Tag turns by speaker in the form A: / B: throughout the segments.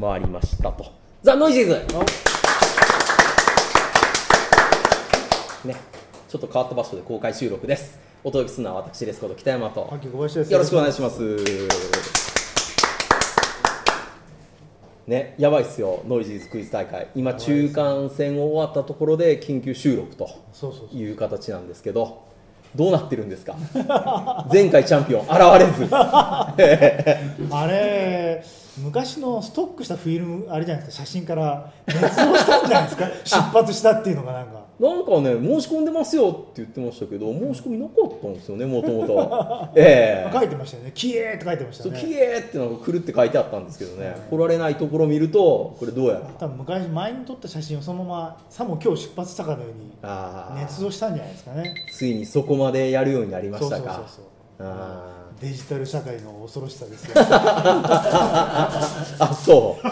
A: 回りましたとザ・ノイジーズねちょっと変わった場所で公開収録ですお届けするのは私レスコード北山と
B: 秋小林です。
A: よろしくお願いします。ね、やばいっすよ、ノイジーズクイズ大会、今、中間戦を終わったところで緊急収録と
B: そうそうそう。
A: いう形なんですけど、どうなってるんですか、前回チャンピオン、現れず、
B: あれ昔のストックしたフィルムあれじゃないですか。写真から捏造したんじゃない ですか。出発したっていうのがなんか。
A: なんかね、申し込んでますよって言ってましたけど、申し込みなかったんですよね、もとも と。ええ
B: 書いてましたよね。キエーって書いてました
A: そう
B: よ
A: き
B: ね。
A: れいってなんか来るって書いてあったんですけどね、来られないところを見ると、これどうやら。
B: 多分昔前に撮った写真をそのままさも今日出発したかのように
A: あー
B: 捏造したんじゃないですかね。
A: ついにそこまでやるようになりま
B: そ
A: し
B: うそ
A: た
B: うそう
A: か
B: そう。
A: あ
B: デジタル社会の恐ろしさで すよ。うん
A: ーあそう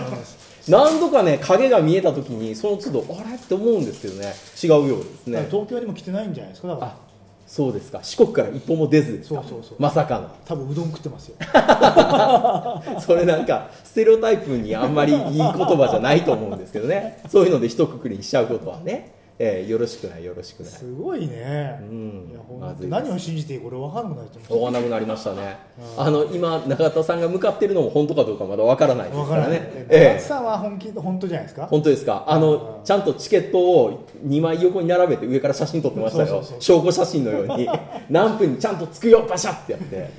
A: 何度かね影が見えた時にその都度あれって思うんですけどね違うようですね
B: 東京にも来てないんじゃないですか。だから
A: あそうですか四国から一歩も出ずですか
B: そうそうそう
A: まさか
B: 多分うどん食ってますよ。
A: の それなんかステレオタイプにあんまりいい言葉じゃないと思うんですけどねそういうので一括りにしちゃうことはね、えーよろしくないよろしくない
B: すごいね。
A: うん
B: いや
A: ま
B: 本
A: ず
B: 当
A: いです
B: 何を信じていいこれ分からなくなっちゃいました
A: 追わなくなりましたね
B: うん
A: あの今中田さんが向かってるのも本当かどうかまだわからないです
B: わ
A: か
B: から
A: ら
B: な
A: ね
B: い。
A: え
B: 中津
A: え
B: さんは本気本当じゃないですか。
A: 本当ですかあの
B: うん
A: ちゃんとチケットを2枚横に並べて上から写真撮ってましたよ
B: そうそうそう
A: 証拠写真の ように何分にちゃんとつくよバシャってやって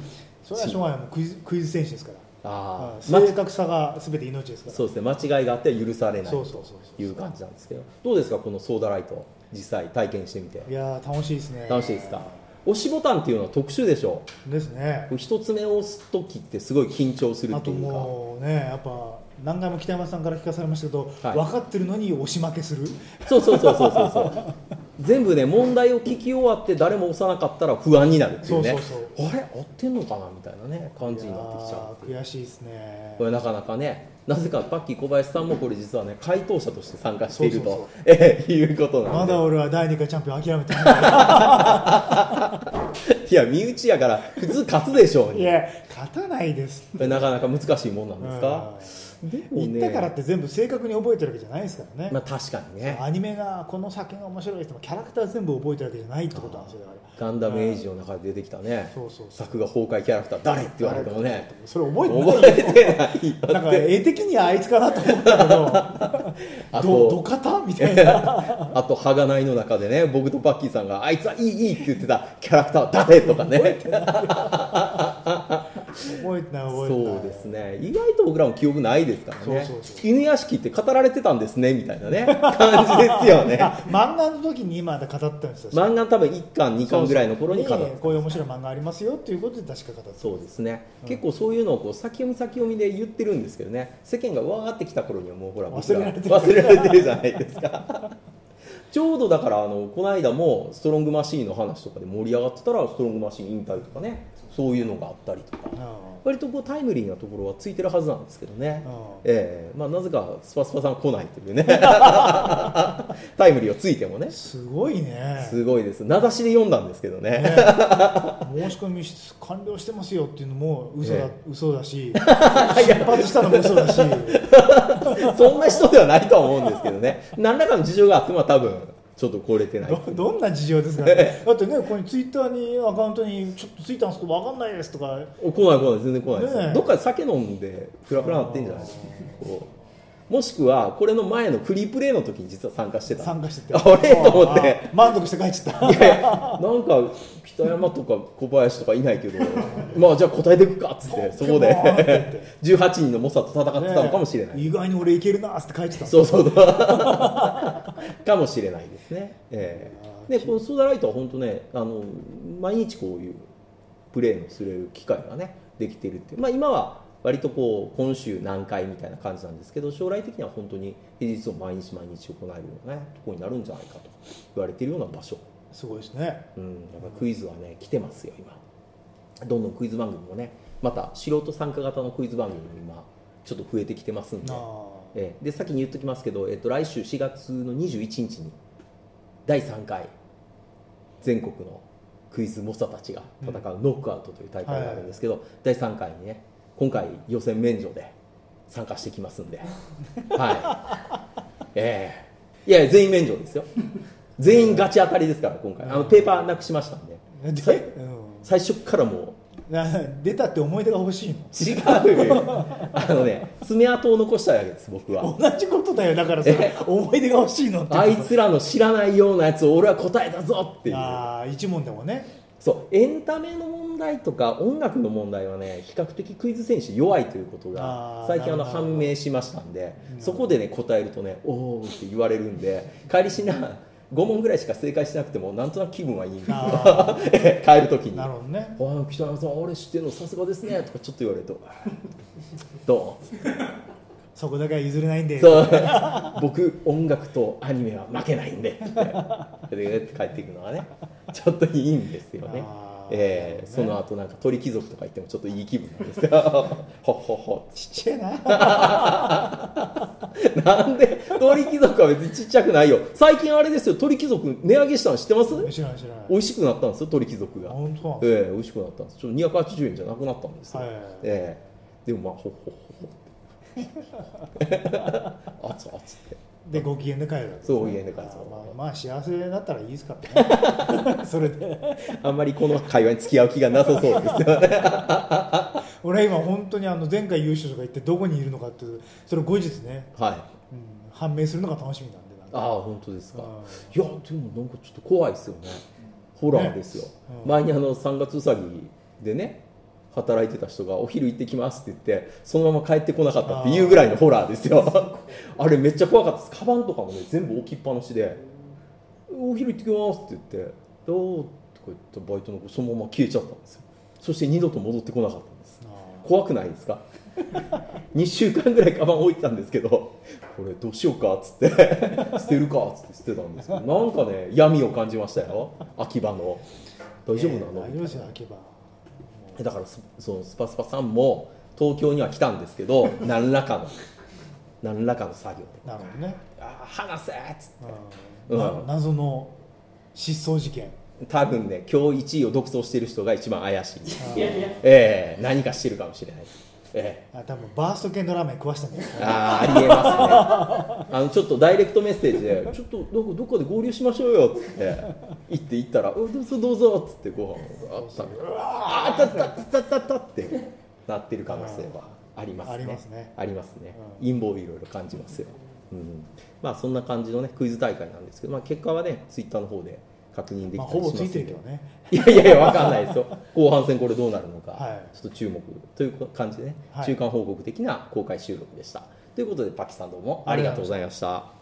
B: それはしょうがないもうクイズクイズ選手ですから。
A: ああ、ま
B: 正確さがすべて命ですから。
A: そうですね間違いがあっては許されない
B: そう
A: と
B: そうそうそう
A: いう感じなんですけどどうですかこのソーダライト実際体験してみて
B: いやー楽しいですね。
A: 楽しいですか押しボタンっていうのは特殊でしょ
B: ですね。
A: う一つ目を押す時ってすごい緊張する
B: あ
A: って
B: と
A: いうか
B: もうねやっぱ何回も北山さんから聞かされましたけど、
A: はい
B: 分かってるのに押し負けする。
A: そうそうそうそうそうそう全部ね問題を聞き終わって誰も押さなかったら不安になるっていうね
B: そうそう
A: あれ合ってんのかなみたいなね感じになってきちゃうっていう
B: いやー悔しいですね
A: こ。れなかなかねなぜかパッキー小林さんもこれ実はね回答者として参加していると
B: そうそう
A: ええ いうことな
B: ま
A: んで、
B: だ俺は第2回チャンピオン諦めてない
A: いや身内やから普通勝つでしょう
B: い
A: にこ
B: や勝たないです
A: れなかなか難しいもんなんですか、でも
B: 言
A: ね
B: ったからって全部正確に覚えてるわけじゃないですからね、
A: まあ確かにね
B: アニメがこの作品が面白いですとキャラクター全部覚えてるわけじゃないってことなんですよだから
A: ガンダムエイジの中で出てきたね、
B: そうそうそう
A: 作画崩壊キャラクター誰って言われてもね
B: それ覚えてない
A: 覚えてないよ
B: なんか絵的にはあいつかなと思ったけ
A: あ
B: どどど
A: と
B: かたみたいな
A: あと「はがない」の中でね僕とパッキーさんが「あいつはいいいい」って言ってたキャラクターは誰とかね
B: 覚えてない覚えてない
A: そうですね意外と僕らも記憶ないですからね
B: そうそうそ
A: 犬屋敷って語られてたんですねみたいなね感じですよ ね
B: あ漫画の時に今まだ語ってるんですよ
A: 漫画多分1巻2巻ぐらいの頃に語って
B: ねこういう面白い漫画ありますよっていうことで確か語って
A: そうですね、結構そういうのをこう先読み先読みで言ってるんですけどね世間がわーってきた頃にはもうほら僕
B: 忘れられてる
A: 忘れられてるじゃないですか ちょうどだからあのこの間もストロングマシーンの話とかで盛り上がってたらストロングマシーン引退とかねそういうのがあったりとか
B: うん
A: 割とこうタイムリーなところはついてるはずなんですけどね、
B: うん
A: ええまあ、なぜかスパスパさん来ないという ねタイムリーをついてもね
B: すごいね
A: すごいです名指しで読んだんですけどね
B: ね申し込み完了してますよっていうのも嘘だ、
A: え
B: 嘘だ し出発したのも嘘だし
A: そんな人ではないとは思うんですけどね何らかの事情があっても多分ちょっと来れてない
B: どどんな事情ですかねだってねここにツイッターにアカウントにちょっとついたんですけど分かんないですとか
A: お来ない来ない全然来ないです、
B: ねえ
A: どっかで酒飲んでフラフラなってんじゃないですかこうもしくはこれの前のフリープレイの時に実は参加してた
B: 参加してて
A: あれと思って
B: あ満足して帰っちゃ った
A: いやいやなんか北山とか小林とかいない けどまあじゃあ答えていくかっつってそこで
B: ポケモンって言 って
A: 18人の猛者と戦ってたのかもしれない、
B: ね意外に俺いけるなーって帰っちゃった
A: そうそうだかもしれないですね、ええ
B: いや
A: でこのソーダライトは本当ねあの毎日こういうプレーのする機会がねできているっていうまあ今は割とこう今週何回みたいな感じなんですけど将来的には本当に平日を毎日毎日行えるようなねとこになるんじゃないかと言われているような場所
B: すごいですね
A: うん、やっぱクイズはね来てますよ今どんどんクイズ番組もねまた素人参加型のクイズ番組も今ちょっと増えてきてますんで
B: あ
A: ええで先に言っときますけど、えっと、来週4月の21日に第3回全国のクイズ猛者たちが戦うノックアウトという大会があるんですけど、第3回にね今回予選免除で参加してきますん で、はい、ええいやいや全員免除ですよ、全員ガチ当たりですから、今回、あのペーパーなくしましたんで、さ
B: で、
A: い最初っからも
B: な出たって思い出が欲しいの
A: う、 違うよ、あのね、爪痕を残したいわけです、僕は。
B: 同じことだよだからさ
A: え
B: 思い出が欲しいのってこと
A: あいつらの知らないようなやつを俺は答えたぞっていう
B: ああ一問でもね
A: そうエンタメの問題とか音楽の問題はね比較的クイズ選手弱いということ
B: あ
A: が
B: ー
A: 最近あの
B: なるほど
A: 判明しましたんで
B: うん
A: そこでね答えるとねおおって言われるんで帰りしな5問ぐらいしか正解しなくてもなんとなく気分はいいんですよ
B: あ
A: 帰る時に「
B: なるほどね
A: ああ北山さんあれ知ってるのさすがですね」とかちょっと言われると「どう?」
B: そこだけは譲れないんで
A: そう 僕音楽とアニメは負けないんでってそれで帰っていくのはねちょっといいんですよね
B: あー
A: ええ
B: なるほ
A: そ
B: どね
A: の後なんか鳥貴族とか行ってもちょっといい気分なんですよほっほっほ
B: ちっちゃいな
A: なんで鳥貴族は別にちっちゃくないよ最近あれですよ鳥貴族値上げしたの知ってます
B: 知らない知らない
A: 美味しくなったんですよ鳥貴族が
B: 本当なんです
A: ええ美味しくなったんですちょっと280円じゃなくなったんですよ、
B: はい
A: ええでもまあほっほっほっほって熱っ 熱って
B: でご機嫌で帰るわけですね
A: そうご機嫌で帰る
B: あーまあまあ幸せだったらいいですから ねそれで
A: あんまりこの会話に付き合う気がなさそうですよね。
B: 俺今本当にあの前回優勝とか言ってどこにいるのかっていうそれ後日ね、
A: はい。
B: うん、判明するのが楽しみなんでなん
A: あ
B: か
A: あ、本当ですか。
B: あ
A: いや、でもなんかちょっと怖いですよね。ホラーですよ。
B: うん
A: 前にあの3月うさぎでね、働いてた人がお昼行ってきますって言って、そのまま帰ってこなかったっていうぐらいのホラーですよ。 あれめっちゃ怖かったです。カバンとかもね、全部置きっぱなしで、お昼行ってきますって言って、どうってこう言ったバイトの子、そのまま消えちゃったんですよ。そして二度と戻ってこなかったんです。
B: あ
A: 怖くないですか 2週間ぐらいカバン置いてたんですけどこれどうしようかっつって 捨てるかっつって捨てたんですけどなんかね闇を感じましたよ秋葉の大丈夫なの、
B: ええ大丈夫ですよ秋葉
A: だからそそのスパスパさんも東京には来たんですけ ど何らかの何らかの作業で
B: なるほどね
A: 「ああ話せ!」っつって
B: うんな
A: うん
B: 謎の失踪事件
A: 多分ね今日1位を独走してる人が一番怪しい
B: あ
A: ええ何かしてるかもしれないええ
B: あ多分バースト系のラーメン食わしたんじゃないですか
A: あーありえますねあのちょっとダイレクトメッセージで「ちょっとどこどこで合流しましょうよ」っつって行って行ったら「うんどうぞどうぞ」っつってご飯をあったうわーあったあったあったあったってなってる可能性はありますね
B: ありますね
A: ありますね
B: うん
A: 陰謀をいろいろ感じますよ、うん、まあそんな感じのねクイズ大会なんですけど、まあ、結果はねツイッターの方で確認できたりし
B: まあ
A: ます
B: ほぼついて
A: ん
B: る
A: で
B: けどね
A: いやいやいや、わかんないですよ。後半戦これどうなるのか、
B: はい
A: ちょっと注目という感じでね、
B: はい
A: 中間報告的な公開収録でした。ということで、パキさんどうもありがとうございました。